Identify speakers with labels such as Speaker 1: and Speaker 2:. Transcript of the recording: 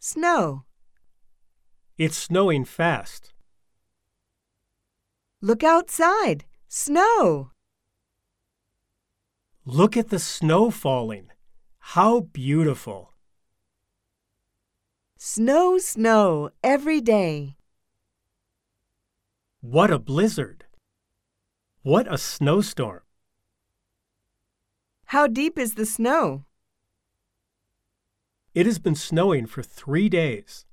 Speaker 1: Snow.
Speaker 2: It's snowing fast.
Speaker 1: Look outside. Snow.
Speaker 2: Look at the snow falling. How beautiful.
Speaker 1: Snow, snow every day.
Speaker 2: What a blizzard. What a snowstorm.
Speaker 1: How deep is the snow?
Speaker 2: It has been snowing for three days.